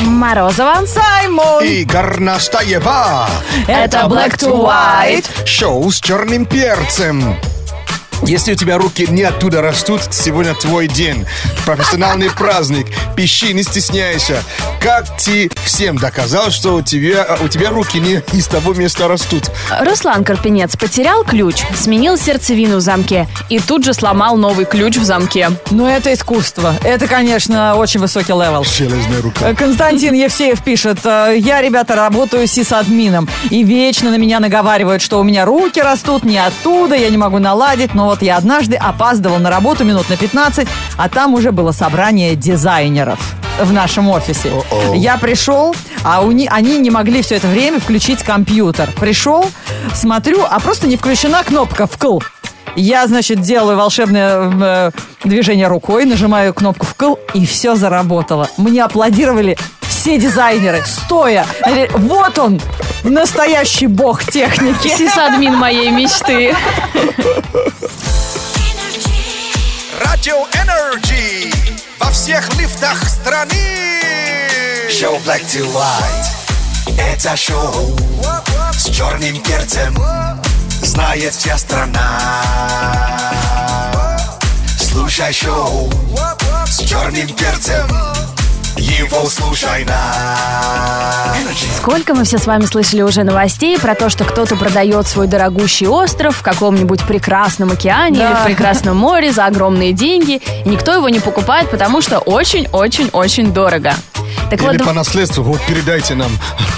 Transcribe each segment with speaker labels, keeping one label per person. Speaker 1: Морозова.
Speaker 2: Саймон!
Speaker 3: И Горнастаева.
Speaker 1: Это Black to White.
Speaker 3: Шоу с черным перцем. Если у тебя руки не оттуда растут, сегодня твой день. Профессиональный праздник. Пищи, не стесняйся. Как ты всем доказал, что у тебя, у тебя руки не из того места растут?
Speaker 1: Руслан Карпенец потерял ключ, сменил сердцевину в замке и тут же сломал новый ключ в замке.
Speaker 2: Ну, это искусство. Это, конечно, очень высокий левел.
Speaker 3: Железная
Speaker 2: Э,
Speaker 3: рука.
Speaker 2: Константин Евсеев пишет, «Э, я, ребята, работаю сисадмином, и вечно на меня наговаривают, что у меня руки растут не оттуда, я не могу наладить, но вот я однажды опаздывал на работу минут на 15, а там уже было собрание дизайнеров в нашем офисе.
Speaker 3: О-о.
Speaker 2: Я пришел, а у ни- они не могли все это время включить компьютер. Пришел, смотрю, а просто не включена кнопка «вкл». Я, значит, делаю волшебное э, движение рукой, нажимаю кнопку вкл, и все заработало. Мне аплодировали все дизайнеры, стоя. Они говорят, Вот он, настоящий бог техники.
Speaker 1: Сисадмин моей мечты.
Speaker 3: Радио Energy во всех лифтах страны. Шоу Black to White. Это шоу с черным перцем. Знает вся страна. Слушай шоу с черным перцем. Его слушай на. Energy.
Speaker 1: Сколько мы все с вами слышали уже новостей про то, что кто-то продает свой дорогущий остров в каком-нибудь прекрасном океане
Speaker 2: Да.
Speaker 1: или в прекрасном море за огромные деньги, и никто его не покупает, потому что очень-очень-очень дорого. Так вот,
Speaker 3: Или
Speaker 1: дв-
Speaker 3: по наследству, вот передайте нам.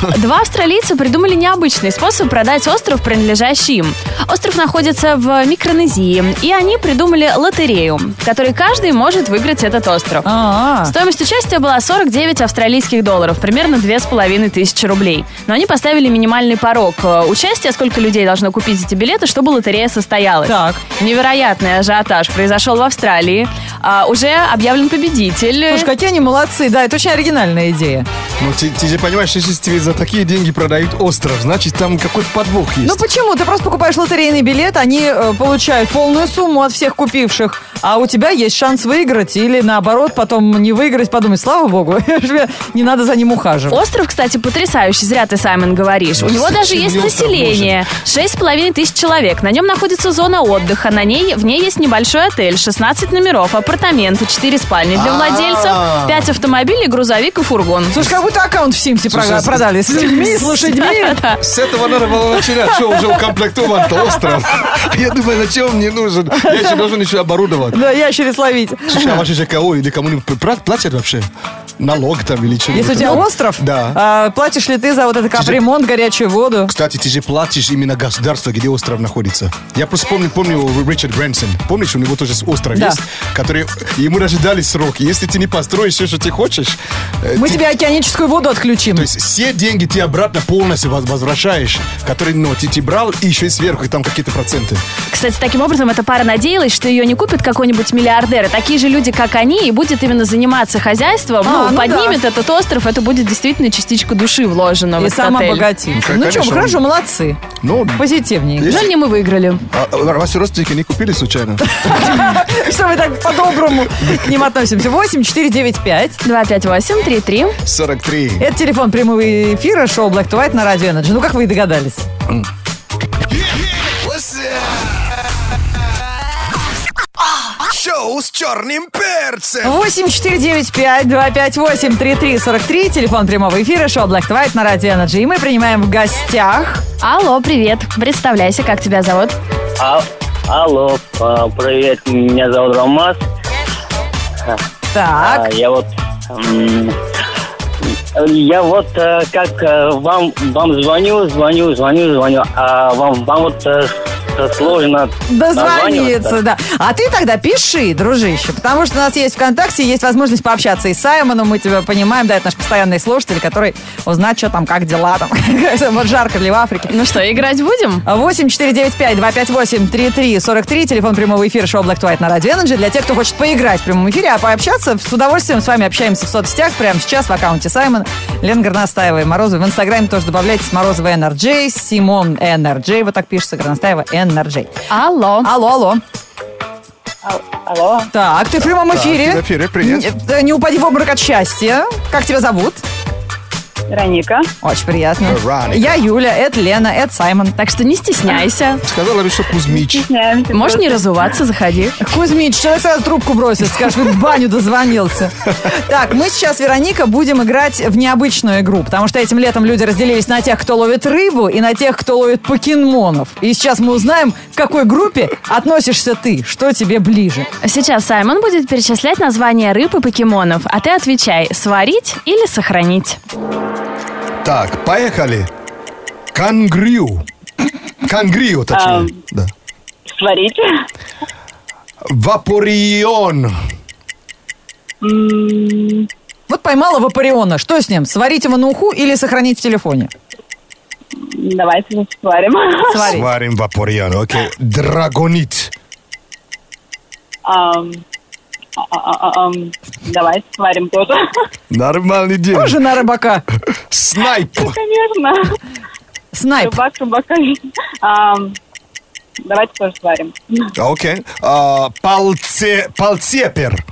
Speaker 1: Два австралийца придумали необычный способ продать остров, принадлежащий им. Остров находится в Микронезии, и они придумали лотерею, в которой каждый может выиграть этот остров.
Speaker 2: А,
Speaker 1: Стоимость участия была 49 австралийских долларов, примерно 2500 рублей. Но они поставили минимальный порог э, участия, сколько людей должно купить эти билеты, чтобы лотерея состоялась.
Speaker 2: Так.
Speaker 1: Невероятный ажиотаж произошел в Австралии. А, уже объявлен победитель.
Speaker 2: Слушай, какие они молодцы. Да, это очень оригинальная идея.
Speaker 3: Ну, ты, ты же понимаешь, если тебе за такие деньги продают остров, значит, там какой-то подвох есть.
Speaker 2: Ну почему? Ты просто покупаешь лотерейный билет, они э, получают полную сумму от всех купивших, а у тебя есть шанс выиграть или наоборот потом не выиграть, подумать, слава богу, не надо за ним ухаживать.
Speaker 1: Остров, кстати, потрясающий, зря ты, Саймон, говоришь. У
Speaker 3: Ну,
Speaker 1: него даже
Speaker 3: зачем
Speaker 1: есть
Speaker 3: мне остров
Speaker 1: население. Шесть с половиной тысяч человек. На нем находится зона отдыха. На ней, в ней есть небольшой отель, 16 номеров, апартаменты, 4 спальни для
Speaker 3: А-а-а.
Speaker 1: владельцев, 5 автомобилей, грузовик и фургон.
Speaker 2: Слушай, как будто аккаунт в Симсе
Speaker 3: Слушай,
Speaker 2: прога- продали. С людьми, с лошадьми.
Speaker 3: С этого надо было начинать, что уже укомплектован то остров. Я думаю, зачем он мне нужен? Я еще должен еще оборудовать.
Speaker 2: Да, ящериц ловить.
Speaker 3: Слушай, а ваши ЖКО или кому-нибудь пра- платят вообще? Налог там или что-нибудь?
Speaker 2: Если у тебя
Speaker 3: Ну,
Speaker 2: остров,
Speaker 3: Да.
Speaker 2: а, платишь ли ты за вот этот капремонт, горячую воду?
Speaker 3: Кстати, ты же платишь именно государство, где остров находится. Я просто помню, помню Ричард Брэнсон. Помнишь, у него тоже остров
Speaker 2: Да.
Speaker 3: есть, который ему даже дали срок. Если ты не построишь все, что ты хочешь, э,
Speaker 2: Мы
Speaker 3: ты-
Speaker 2: тебе океаническую воду отключим.
Speaker 3: То есть все деньги ты обратно полностью воз- возвращаешь, которые ну, ты, ты брал, и еще и сверху там какие-то проценты.
Speaker 1: Кстати, таким образом, эта пара надеялась, что ее не купит какой-нибудь миллиардер. И такие же люди, как они, и будет именно заниматься хозяйством. ну,
Speaker 2: А, ну
Speaker 1: поднимет этот остров, это будет действительно частичка души вложена в
Speaker 2: И
Speaker 1: этот
Speaker 2: сам
Speaker 1: отель.
Speaker 3: Ну,
Speaker 2: обогатиться. Ну
Speaker 3: конечно,
Speaker 2: что,
Speaker 3: он-
Speaker 2: хорошо, молодцы.
Speaker 3: Ну,
Speaker 2: Позитивнее.
Speaker 3: Есть-
Speaker 1: Жаль, не мы выиграли.
Speaker 3: а, а ваши родственники не купили случайно?
Speaker 2: Что мы так по-доброму к ним относимся? 8 4 9 5.
Speaker 1: 258-33.
Speaker 3: 43.
Speaker 2: Это телефон прямого эфира шоу Black to White на Радио Energy. Ну, как вы и догадались.
Speaker 3: Шоу с черным перцем.
Speaker 2: 8495-258-3343, телефон прямого эфира шоу Black to White на Радио Energy. И мы принимаем в гостях.
Speaker 1: Алло, привет. Представляйся, как тебя зовут?
Speaker 4: А- алло, а, привет, меня зовут Ромас. А,
Speaker 2: Так,
Speaker 4: я вот... м, Я вот э, как э, вам, вам звоню, звоню, звоню, звоню, а вам, вам вот э, с- сложно
Speaker 2: дозвониться, да. А ты тогда пиши, дружище, потому что у нас есть ВКонтакте, есть возможность пообщаться и с Саймоном, мы тебя понимаем, да, это наш постоянный слушатель, который узнать, что там, как дела там, вот жарко ли в Африке.
Speaker 1: Ну что, играть будем?
Speaker 2: 8495-258-3343, телефон прямого эфира шоу Black to White на Радио Energy. Для тех, кто хочет поиграть в прямом эфире, а пообщаться, с удовольствием с вами общаемся в соцсетях прямо сейчас в аккаунте Саймон, Лен Горностаева и Морозова. В Инстаграме тоже добавляйтесь Морозова NRJ, Симон NRJ, вот так пишется Горностаева NRJ.
Speaker 1: Алло.
Speaker 2: Алло, алло.
Speaker 4: Алло,
Speaker 2: Так, ты в прямом эфире.
Speaker 3: ты в эфире, привет.
Speaker 2: Н- э, Не, упади в обморок от счастья. Как тебя зовут?
Speaker 5: Вероника.
Speaker 2: Очень приятно.
Speaker 3: Вероника.
Speaker 2: Я Юля, это Лена, это Саймон.
Speaker 1: Так что не стесняйся.
Speaker 3: Сказала ли, что Кузьмич?
Speaker 5: Стесняемся.
Speaker 1: Можешь не разуваться, заходи.
Speaker 2: Кузьмич, человек сразу трубку бросит, скажешь, вы в баню дозвонился. Так, мы сейчас, Вероника, будем играть в необычную игру, потому что этим летом люди разделились на тех, кто ловит рыбу, и на тех, кто ловит покемонов. И сейчас мы узнаем, к какой группе относишься ты, что тебе ближе.
Speaker 1: Сейчас Саймон будет перечислять названия рыб и покемонов, а ты отвечай, сварить или сохранить.
Speaker 3: Так, поехали. Кангрю. Кангрию, точнее.
Speaker 5: Ам.
Speaker 3: Да.
Speaker 5: Сварить.
Speaker 3: Вапорион.
Speaker 5: М,
Speaker 2: Вот поймала Вапориона, что с ним? Сварить его на уху или сохранить в телефоне?
Speaker 5: Давайте сварим.
Speaker 2: Сварить.
Speaker 3: Сварим вапорион. Окей. Драгонит.
Speaker 5: Ам, а, а, а, ам, Давайте сварим тоже.
Speaker 3: Нормальный день.
Speaker 2: Тоже на рыбака.
Speaker 3: Снайп.
Speaker 5: Конечно.
Speaker 2: Снайп.
Speaker 5: Рыбак, рыбак. Ам, Давайте тоже сварим.
Speaker 3: Окей. А, палце, палцепер.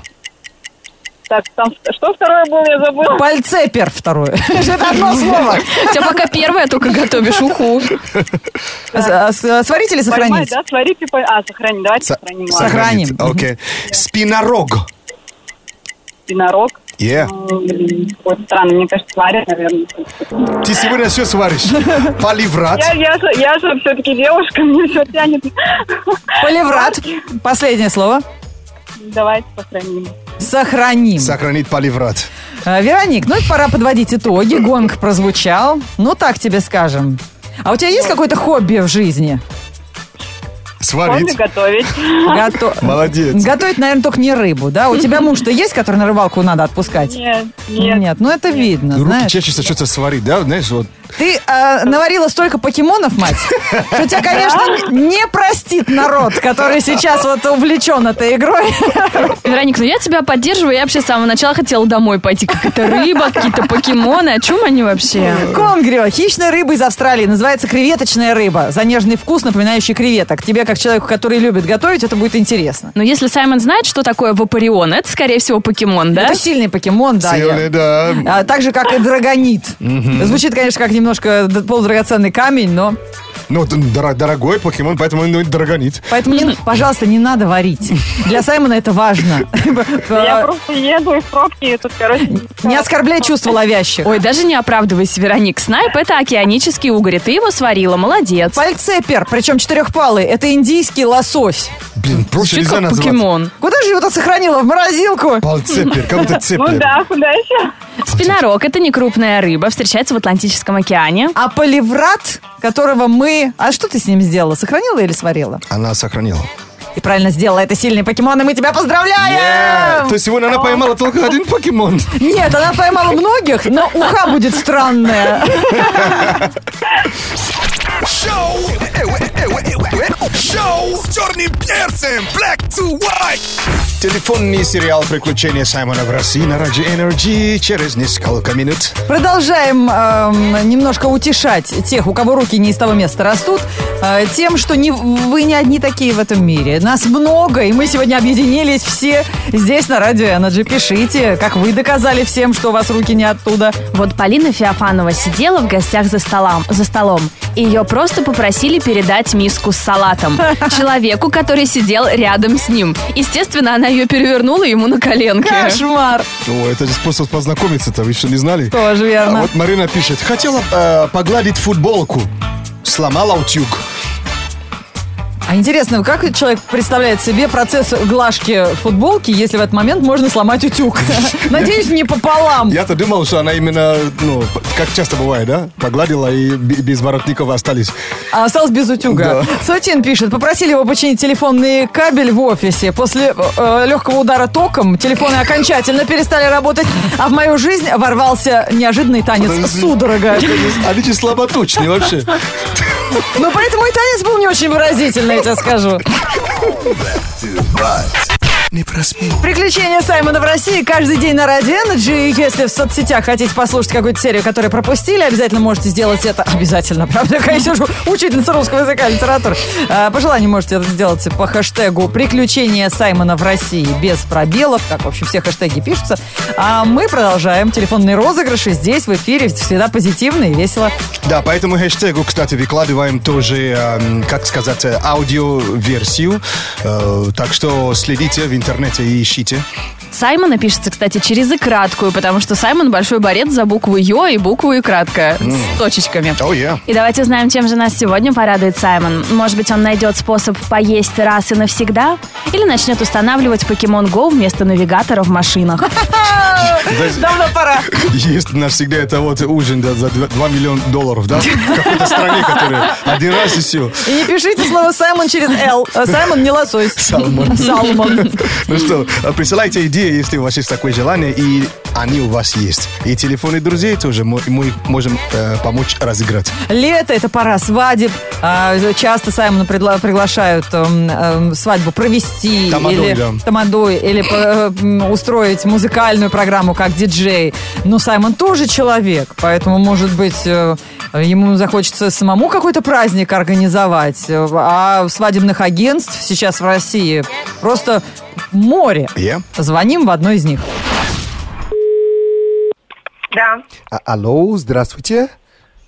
Speaker 5: Так, там что второе было, я забыла.
Speaker 2: Пальцепер второе. Это одно слово.
Speaker 1: У тебя пока первое только готовишь уху.
Speaker 2: а, С- с- Сварить или
Speaker 5: Поймать,
Speaker 2: сохранить?
Speaker 5: да, сварить и по... А, сохранить, давайте
Speaker 3: Со-
Speaker 5: сохраним.
Speaker 2: сохра-
Speaker 5: Ладно.
Speaker 2: Сохраним.
Speaker 3: сохранит. Окей. Спинорог.
Speaker 5: Единорог.
Speaker 3: Yeah.
Speaker 5: М, блин, Какой-то странный, мне кажется, сварят, наверное.
Speaker 3: Ты сегодня все сваришь. Поливрат.
Speaker 5: Я, я, же, я же все-таки девушка, мне все тянет.
Speaker 2: Поливрат. Последнее слово.
Speaker 5: Давайте сохраним.
Speaker 2: Сохраним.
Speaker 3: Сохранит поливрат.
Speaker 2: А, Вероник, ну и пора подводить итоги. Гонг прозвучал. Ну, так тебе скажем. А у тебя есть какое-то хобби в жизни?
Speaker 5: Кофе
Speaker 3: Сварит.
Speaker 5: готовить.
Speaker 2: Гото-
Speaker 3: Молодец.
Speaker 2: Готовить, наверное, только не рыбу, да? У тебя муж-то есть, который на рыбалку надо отпускать?
Speaker 5: Нет, нет.
Speaker 2: Нет, ну это видно,
Speaker 3: Руки
Speaker 2: знаешь.
Speaker 3: чешется что-то сварить, да? Знаешь, вот.
Speaker 2: Ты э, наварила столько покемонов, мать, что тебя, конечно, не простит народ, который сейчас вот увлечен этой игрой.
Speaker 1: Вероник, ну я тебя поддерживаю. Я вообще с самого начала хотела домой пойти. Какая-то рыба, какие-то покемоны. О чем они вообще?
Speaker 2: Конгрио. Хищная рыба из Австралии. Называется креветочная рыба. За нежный вкус, напоминающий креветок. Тебе, как человеку, который любит готовить, это будет интересно.
Speaker 1: Но Ну, если Саймон знает, что такое вапарион, это, скорее всего, покемон, да?
Speaker 2: Это сильный покемон, да. я-
Speaker 3: Сильный, да.
Speaker 2: А, так же, как и драгонит. Звучит, конечно, как немножко д- полудрагоценный камень, но...
Speaker 3: Ну, д- дор- дорогой покемон, поэтому он и драгонит.
Speaker 2: Поэтому, не- пожалуйста, не надо варить. Для Саймона это важно. Э,
Speaker 5: Я просто еду из пробки, и тут, короче... ну
Speaker 2: Не оскорбляй чувства ловящих.
Speaker 1: Ой, даже не оправдывайся, Вероник. Снайп — это океанический угорь, и ты его сварила, молодец.
Speaker 2: Пальцепер, причем четырехпалый, это индийский лосось.
Speaker 3: Блин, проще
Speaker 1: Звучит
Speaker 3: нельзя
Speaker 1: как
Speaker 3: назвать.
Speaker 1: покемон.
Speaker 2: Куда же его-то сохранила? В морозилку?
Speaker 3: Палцепер, как будто цепь.
Speaker 5: Ну да, куда еще?
Speaker 1: Спинорог — это некрупная рыба, встречается в Атлантическом океане.
Speaker 2: А поливрат, которого мы... А что ты с ним сделала? Сохранила или сварила?
Speaker 3: Она сохранила.
Speaker 2: И правильно сделала. Это сильный покемон, и мы тебя поздравляем!
Speaker 3: То есть сегодня она поймала только один покемон.
Speaker 2: Нет, она поймала многих, но уха будет странная.
Speaker 6: Шоу! Шоу с черным перцем! Black to white!
Speaker 3: Телефонный сериал «Приключения Саймона в России» на Раджи Energy через несколько минут.
Speaker 2: Продолжаем эм, немножко утешать тех, у кого руки не из того места растут, э, тем, что не, вы не одни такие в этом мире. Нас много, и мы сегодня объединились все здесь на Радио Energy. Пишите, как вы доказали всем, что у вас руки не оттуда.
Speaker 1: Вот Полина Феофанова сидела в гостях за, столом, за столом, и ее просто попросили передать миску с салатом человеку, который сидел рядом с ним. Естественно, она ее перевернула ему на коленке.
Speaker 2: Кошмар!
Speaker 3: О, это же способ познакомиться-то, вы что, не знали?
Speaker 2: Тоже верно.
Speaker 3: А вот Марина пишет, хотела э, погладить футболку, сломала утюг.
Speaker 2: А интересно, как человек представляет себе процесс глажки футболки, если в этот момент можно сломать утюг? Надеюсь, не пополам.
Speaker 3: Я-то думал, что она именно, ну, п- как часто бывает, да? Погладила и б- без воротников остались.
Speaker 2: А осталось без утюга.
Speaker 3: Да.
Speaker 2: Сочин пишет, попросили его починить телефонный кабель в офисе. После э, легкого удара током телефоны окончательно перестали работать, а в мою жизнь ворвался неожиданный танец
Speaker 3: Подожди.
Speaker 2: судорога.
Speaker 3: Они же А слаботочные вообще.
Speaker 2: Но поэтому и танец был не очень выразительный, я тебе скажу.
Speaker 7: не проспи.
Speaker 2: Приключения Саймона в России каждый день на Радио Energy. И Если в соцсетях хотите послушать какую-то серию, которую пропустили, обязательно можете сделать это. Обязательно, правда, конечно же, учительница русского языка и литературы. А, По желанию можете это сделать по хэштегу «Приключения Саймона в России» без пробелов, как, в общем, все хэштеги пишутся. А мы продолжаем телефонные розыгрыши здесь, в эфире, всегда позитивно и весело.
Speaker 8: Да, по этому хэштегу, кстати, выкладываем тоже, эм, как сказать, э, аудиоверсию. Э, так что следите в интернете и ищите.
Speaker 1: Саймона пишется, кстати, через и краткую, потому что Саймон большой борец за букву Ё и букву и краткая с точечками.
Speaker 8: Oh, yeah.
Speaker 1: И давайте узнаем, чем же нас сегодня порадует Саймон. Может быть, он найдет способ поесть раз и навсегда? Или начнет устанавливать Pokemon Go вместо навигатора в машинах?
Speaker 2: Давно пора.
Speaker 8: Есть навсегда это вот ужин да, за 2, миллиона долларов, да? В какой-то стране, которая один раз и все.
Speaker 2: И не пишите слово «Саймон» через «Л». А Саймон не лосось.
Speaker 8: Салмон.
Speaker 2: Салмон.
Speaker 8: Ну что, э, присылайте идеи, если у вас есть такое желание, и они у вас есть. И телефоны друзей тоже мы, мы их можем э, помочь разыграть.
Speaker 2: Лето – это пора свадеб. А, Часто Саймона предла- приглашают эм, эм, свадьбу провести.
Speaker 8: Тамадой,
Speaker 2: или,
Speaker 8: да.
Speaker 2: тамадой, или по- м, устроить музыкальную программу как диджей. Но Саймон тоже человек, поэтому, может быть, э, ему захочется самому какой-то праздник организовать. Э, А свадебных агентств сейчас в России просто море.
Speaker 8: Yeah.
Speaker 2: Звоним в одно из них.
Speaker 9: Да,
Speaker 3: А- Алло, здравствуйте.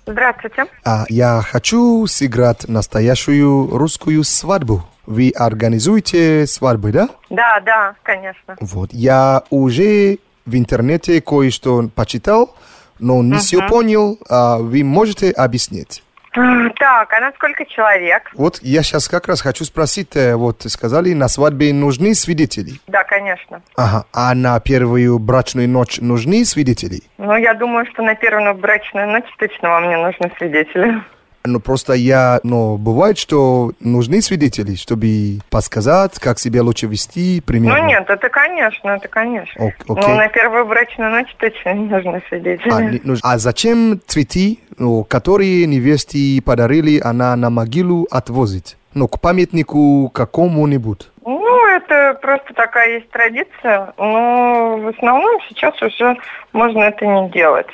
Speaker 9: здравствуйте.
Speaker 3: А, я хочу сыграть настоящую русскую свадьбу. Вы организуете свадьбы, да?
Speaker 9: Да, да, конечно.
Speaker 3: Вот. Я уже в интернете кое-что почитал, но не все понял. А, вы можете объяснить?
Speaker 9: М, Так, а на сколько человек?
Speaker 3: Вот я сейчас как раз хочу спросить, э, вот сказали, на свадьбе нужны свидетели.
Speaker 9: Да, конечно.
Speaker 3: Ага. А на первую брачную ночь нужны свидетели?
Speaker 9: Ну, я думаю, что на первую брачную ночь точно вам не нужны свидетели.
Speaker 3: Ну, просто я... Но бывает, что нужны свидетели, чтобы подсказать, как себя лучше вести, примерно.
Speaker 9: Ну, нет, это конечно, это конечно.
Speaker 3: Ок- окей.
Speaker 9: Ну, на первую брачную ночь точно не нужны свидетели.
Speaker 3: А, не нуж- а зачем цветы, ну, которые невесте подарили, она на могилу отвозит? Ну, к памятнику какому-нибудь.
Speaker 9: Ну, это просто такая есть традиция, но в основном сейчас уже можно это не делать.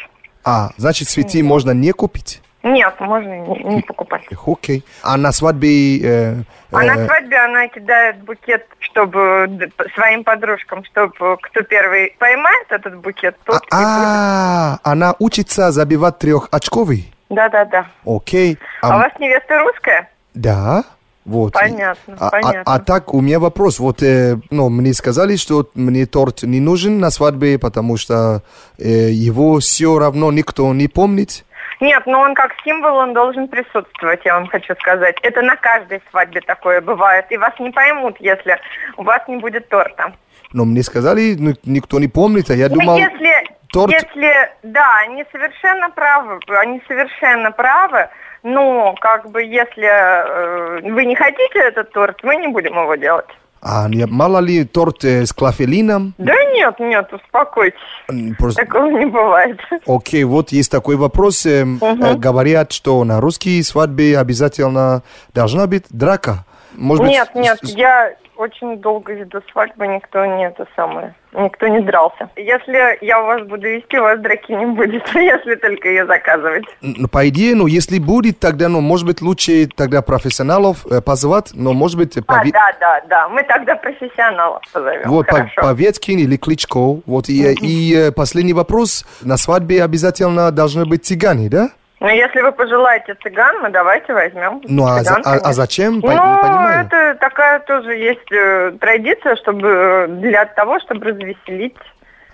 Speaker 3: А, значит, цветы можно не купить?
Speaker 9: Нет, можно не, не покупать.
Speaker 3: Эх, Окей. А на свадьбе... э,
Speaker 9: А на
Speaker 3: э,
Speaker 9: свадьбе она кидает букет, чтобы д- п- своим подружкам, чтобы кто первый поймает этот букет, тот и будет.
Speaker 3: а, а, она учится забивать трехочковый?
Speaker 9: Да-да-да.
Speaker 3: Окей.
Speaker 9: А у вас невеста русская?
Speaker 3: Да, вот.
Speaker 9: Понятно,
Speaker 3: а, а-
Speaker 9: понятно.
Speaker 3: А, так, у меня вопрос. Вот, э, ну, мне сказали, что мне торт не нужен на свадьбе, потому что э, его все равно никто не помнит.
Speaker 9: Нет, но он как символ, он должен присутствовать, я вам хочу сказать. Это на каждой свадьбе такое бывает. И вас не поймут, если у вас не будет торта.
Speaker 3: Но мне сказали, ну, никто не помнит, а я
Speaker 9: Ну,
Speaker 3: думал...
Speaker 9: если,
Speaker 3: торт-
Speaker 9: если, да, они совершенно правы, они совершенно правы, но как бы если э, вы не хотите этот торт, мы не будем его делать.
Speaker 3: А, не- мало ли торт э, с клафелином?
Speaker 9: Да нет, нет, успокойтесь,
Speaker 3: М, Просто...
Speaker 9: такого не бывает.
Speaker 3: Окей, вот есть такой вопрос. э, м, э, говорят, что на русские свадьбе обязательно должна быть драка. Может быть,
Speaker 9: Нет,
Speaker 3: с-
Speaker 9: нет,
Speaker 3: с-
Speaker 9: я очень долго веду свадьбы, никто не это самое, никто не дрался. Если я у вас буду вести, у вас драки не будет, если только ее заказывать.
Speaker 3: Ну, по идее, ну, если будет, тогда, ну, может быть, лучше тогда профессионалов э, позвать, но, может быть, э,
Speaker 9: А,
Speaker 3: пове-
Speaker 9: да, да, да, мы тогда профессионалов позовем,
Speaker 3: вот, а по-
Speaker 9: хорошо.
Speaker 3: Поветкин или Кличко. Вот, и, э, и, э, последний вопрос. На свадьбе обязательно должны быть цыгане, да?
Speaker 9: Ну, если вы пожелаете цыган, мы давайте возьмем.
Speaker 3: Ну, а, за- а-
Speaker 9: цыган,
Speaker 3: а
Speaker 9: конечно.
Speaker 3: зачем? Пон- не
Speaker 9: Ну,
Speaker 3: понимаю.
Speaker 9: это такая тоже есть э, традиция, чтобы э, для того, чтобы развеселить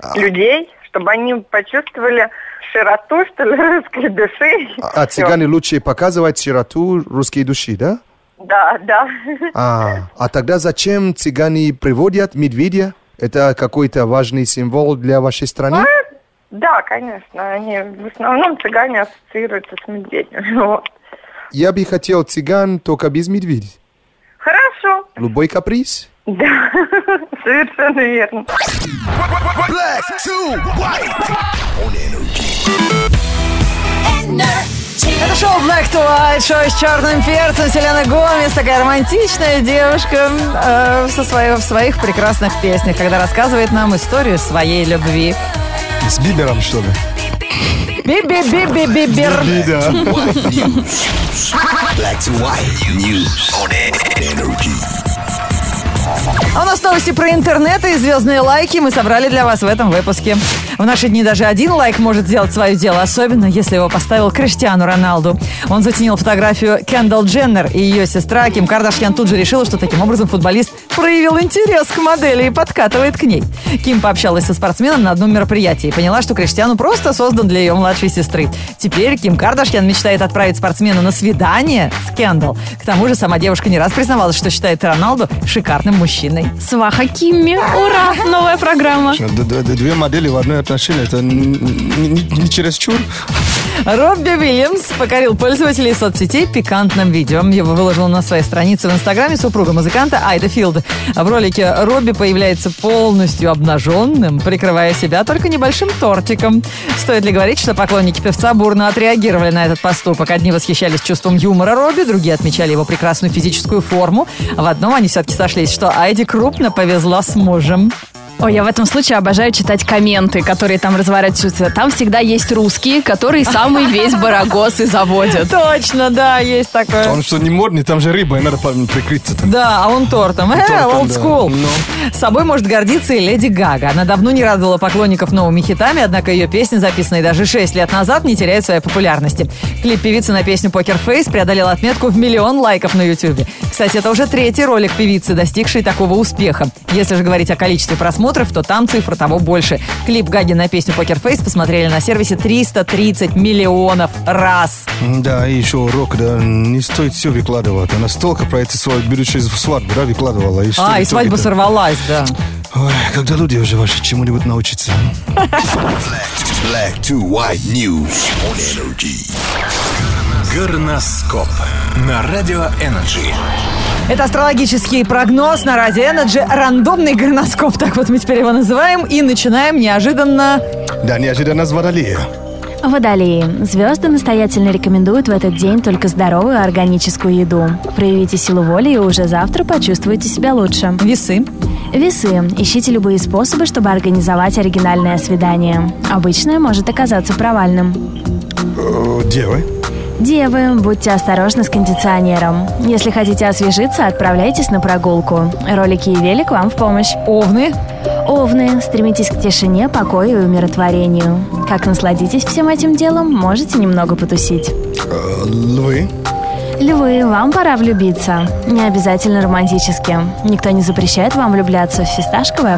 Speaker 3: А.
Speaker 9: людей, чтобы они почувствовали широту, что ли, русской души.
Speaker 3: А, а цыгане лучше показывать широту русской души, да?
Speaker 9: Да, да.
Speaker 3: А, а тогда зачем цыгане приводят медведя? Это какой-то важный символ для вашей страны?
Speaker 9: Да, конечно, они в основном цыгане ассоциируются с медведем. Вот.
Speaker 3: Я бы хотел цыган только без медведя.
Speaker 9: Хорошо.
Speaker 3: Любой каприз?
Speaker 9: Да, совершенно верно.
Speaker 7: Black to white. On energy.
Speaker 2: Это шоу Black to White, шоу с черным перцем. Селена Гомес, такая романтичная девушка э, со своего- в своих прекрасных песнях, когда рассказывает нам историю своей любви.
Speaker 3: С Бибером, что ли?
Speaker 2: Би-би-би-би-би-бер.
Speaker 3: Да.
Speaker 6: Black to white news on energy.
Speaker 2: А у нас новости про интернет и звездные лайки мы собрали для вас в этом выпуске. В наши дни даже один лайк может сделать свое дело, особенно если его поставил Криштиану Роналду. Он затенил фотографию Кендалл Дженнер и ее сестра Ким Кардашьян тут же решила, что таким образом футболист проявил интерес к модели и подкатывает к ней. Ким пообщалась со спортсменом на одном мероприятии и поняла, что Криштиану просто создан для ее младшей сестры. Теперь Ким Кардашьян мечтает отправить спортсмена на свидание с Кендалл. К тому же сама девушка не раз признавалась, что считает Роналду шикарным мужчиной.
Speaker 1: Сваха Кимми, ура, новая программа.
Speaker 3: Д- д- д- Две модели в одной отношении. Это н- н- не не чересчур?
Speaker 2: Робби Уильямс покорил пользователей соцсетей пикантным видео. Его выложил на своей странице в Инстаграме супруга музыканта Айда Филд. В ролике Робби появляется полностью обнаженным, прикрывая себя только небольшим тортиком. Стоит ли говорить, что поклонники певца бурно отреагировали на этот поступок? Одни восхищались чувством юмора Робби, другие отмечали его прекрасную физическую форму. В одном они все-таки сошлись, что Айде крупно повезло с мужем.
Speaker 1: Ой, я в этом случае обожаю читать комменты, которые там разворачиваются. Там всегда есть русские, которые самый весь барагос и заводят.
Speaker 2: Точно, да, есть такое.
Speaker 3: Он что, не модный? Там же рыба, и надо по- прикрыться. там.
Speaker 2: Да, а он тортом. Э,
Speaker 3: Тортом,
Speaker 2: old
Speaker 3: да.
Speaker 2: school.
Speaker 3: Ну.
Speaker 2: Собой может гордиться и Леди Гага. Она давно не радовала поклонников новыми хитами, однако ее песни, записанные даже 6 лет назад, не теряют своей популярности. Клип певицы на песню «Покер Фейс» преодолел отметку в миллион лайков на YouTube. Кстати, это уже третий ролик певицы, достигший такого успеха. Если же говорить о количестве просмотров, то там цифра того больше. Клип Гаги на песню «Покер Фейс» посмотрели на сервисе 330 миллионов раз.
Speaker 3: Да, и еще урок, да, не стоит все выкладывать. Она столько про это свою будущую свадьбу, да, выкладывала. И что
Speaker 2: А, и
Speaker 3: в итоге-то?
Speaker 2: свадьба сорвалась, да.
Speaker 3: Ой, когда люди уже вообще чему-нибудь научатся.
Speaker 6: Black to white news on energy. Горноскоп на радио Energy.
Speaker 2: Это астрологический прогноз на Радио Энерджи. Рандомный горноскоп, так вот мы теперь его называем. И начинаем неожиданно.
Speaker 3: Да, неожиданно с Водолея.
Speaker 10: Водолеи. Звезды настоятельно рекомендуют в этот день только здоровую органическую еду. Проявите силу воли и уже завтра почувствуете себя лучше.
Speaker 2: Весы.
Speaker 10: Весы. Ищите любые способы, чтобы организовать оригинальное свидание. Обычное может оказаться провальным.
Speaker 3: Э, Девы.
Speaker 10: Девы, будьте осторожны с кондиционером. Если хотите освежиться, отправляйтесь на прогулку. Ролики и велик вам в помощь.
Speaker 2: Овны.
Speaker 10: Овны, стремитесь к тишине, покою и умиротворению. Как насладитесь всем этим делом, можете немного потусить.
Speaker 3: Э, Львы.
Speaker 10: Львы, вам пора влюбиться. Не обязательно романтически. Никто не запрещает вам влюбляться в фисташковое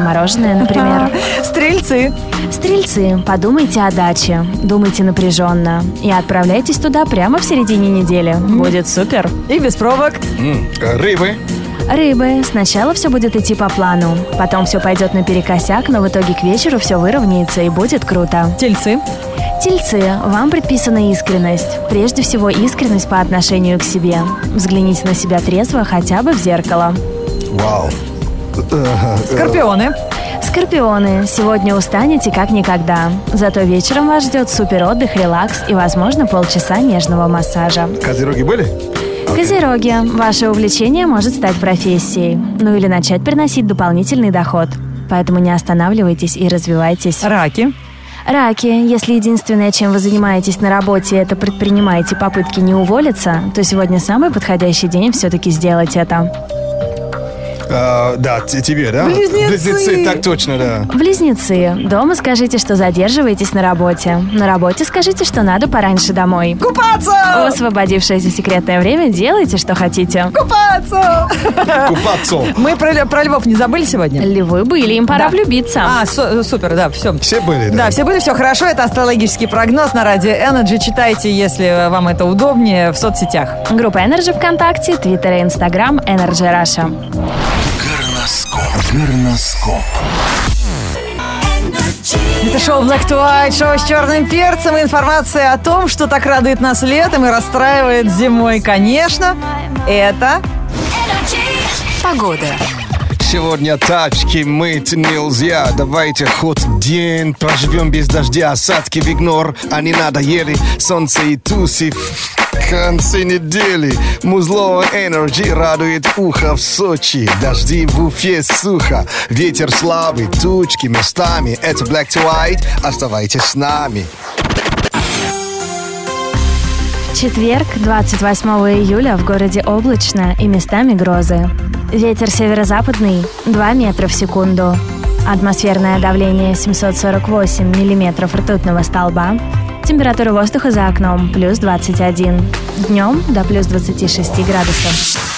Speaker 10: мороженое, например.
Speaker 2: Стрельцы.
Speaker 10: Стрельцы, подумайте о даче. Думайте напряженно. И отправляйтесь туда прямо в середине недели. Будет супер.
Speaker 2: И без пробок.
Speaker 3: М, э, Рыбы.
Speaker 10: Рыбы, сначала все будет идти по плану. Потом все пойдет наперекосяк, но в итоге к вечеру все выровняется и будет круто.
Speaker 2: Тельцы.
Speaker 10: Тельцы, вам предписана искренность. Прежде всего, искренность по отношению к себе. Взгляните на себя трезво хотя бы в зеркало.
Speaker 3: Вау.
Speaker 2: Скорпионы.
Speaker 10: Скорпионы, сегодня устанете как никогда. Зато вечером вас ждет супер отдых, релакс и, возможно, полчаса нежного массажа.
Speaker 3: Козероги были?
Speaker 10: Козероги, ваше увлечение может стать профессией. Ну или начать приносить дополнительный доход. Поэтому не останавливайтесь и развивайтесь.
Speaker 2: Раки.
Speaker 10: Раки, если единственное, чем вы занимаетесь на работе, это предпринимаете попытки не уволиться, то сегодня самый подходящий день все-таки сделать это.
Speaker 3: Э, Да, т- тебе, да?
Speaker 2: Близнецы.
Speaker 3: так точно, да.
Speaker 10: Близнецы, дома скажите, что задерживаетесь на работе. На работе скажите, что надо пораньше домой. В
Speaker 2: Купаться.
Speaker 10: освободившееся секретное время делайте, что хотите.
Speaker 2: Купаться.
Speaker 3: Купаться.
Speaker 2: Мы про, ль- про львов не забыли сегодня?
Speaker 10: Львы были, им пора
Speaker 2: Да.
Speaker 10: влюбиться.
Speaker 2: А, су- супер, да, все.
Speaker 3: Все были,
Speaker 2: Да,
Speaker 3: да?
Speaker 2: все были, все хорошо. Это астрологический прогноз на Радио Energy. Читайте, если вам это удобнее, в соцсетях.
Speaker 10: Группа Energy ВКонтакте, Твиттер и Инстаграм Energy Раша.
Speaker 6: Горноскоп. Горноскоп.
Speaker 2: Это шоу Black to White, шоу с черным перцем и информация о том, что так радует нас летом и расстраивает зимой, конечно. Это
Speaker 11: Погода.
Speaker 3: Сегодня тачки мыть нельзя. Давайте хоть день проживем без дождя. Осадки в игнор, а не надоели. Солнце и туси в конце недели. Музлова Energy радует ухо в Сочи. Дожди в Уфе сухо. Ветер слабый, тучки местами. Это Black to White. Оставайтесь с нами.
Speaker 10: Четверг, 28 июля в городе облачно и местами грозы. Ветер северо-западный 2 метра в секунду. Атмосферное давление 748 миллиметров ртутного столба. Температура воздуха за окном плюс 21. Днем до плюс 26 градусов.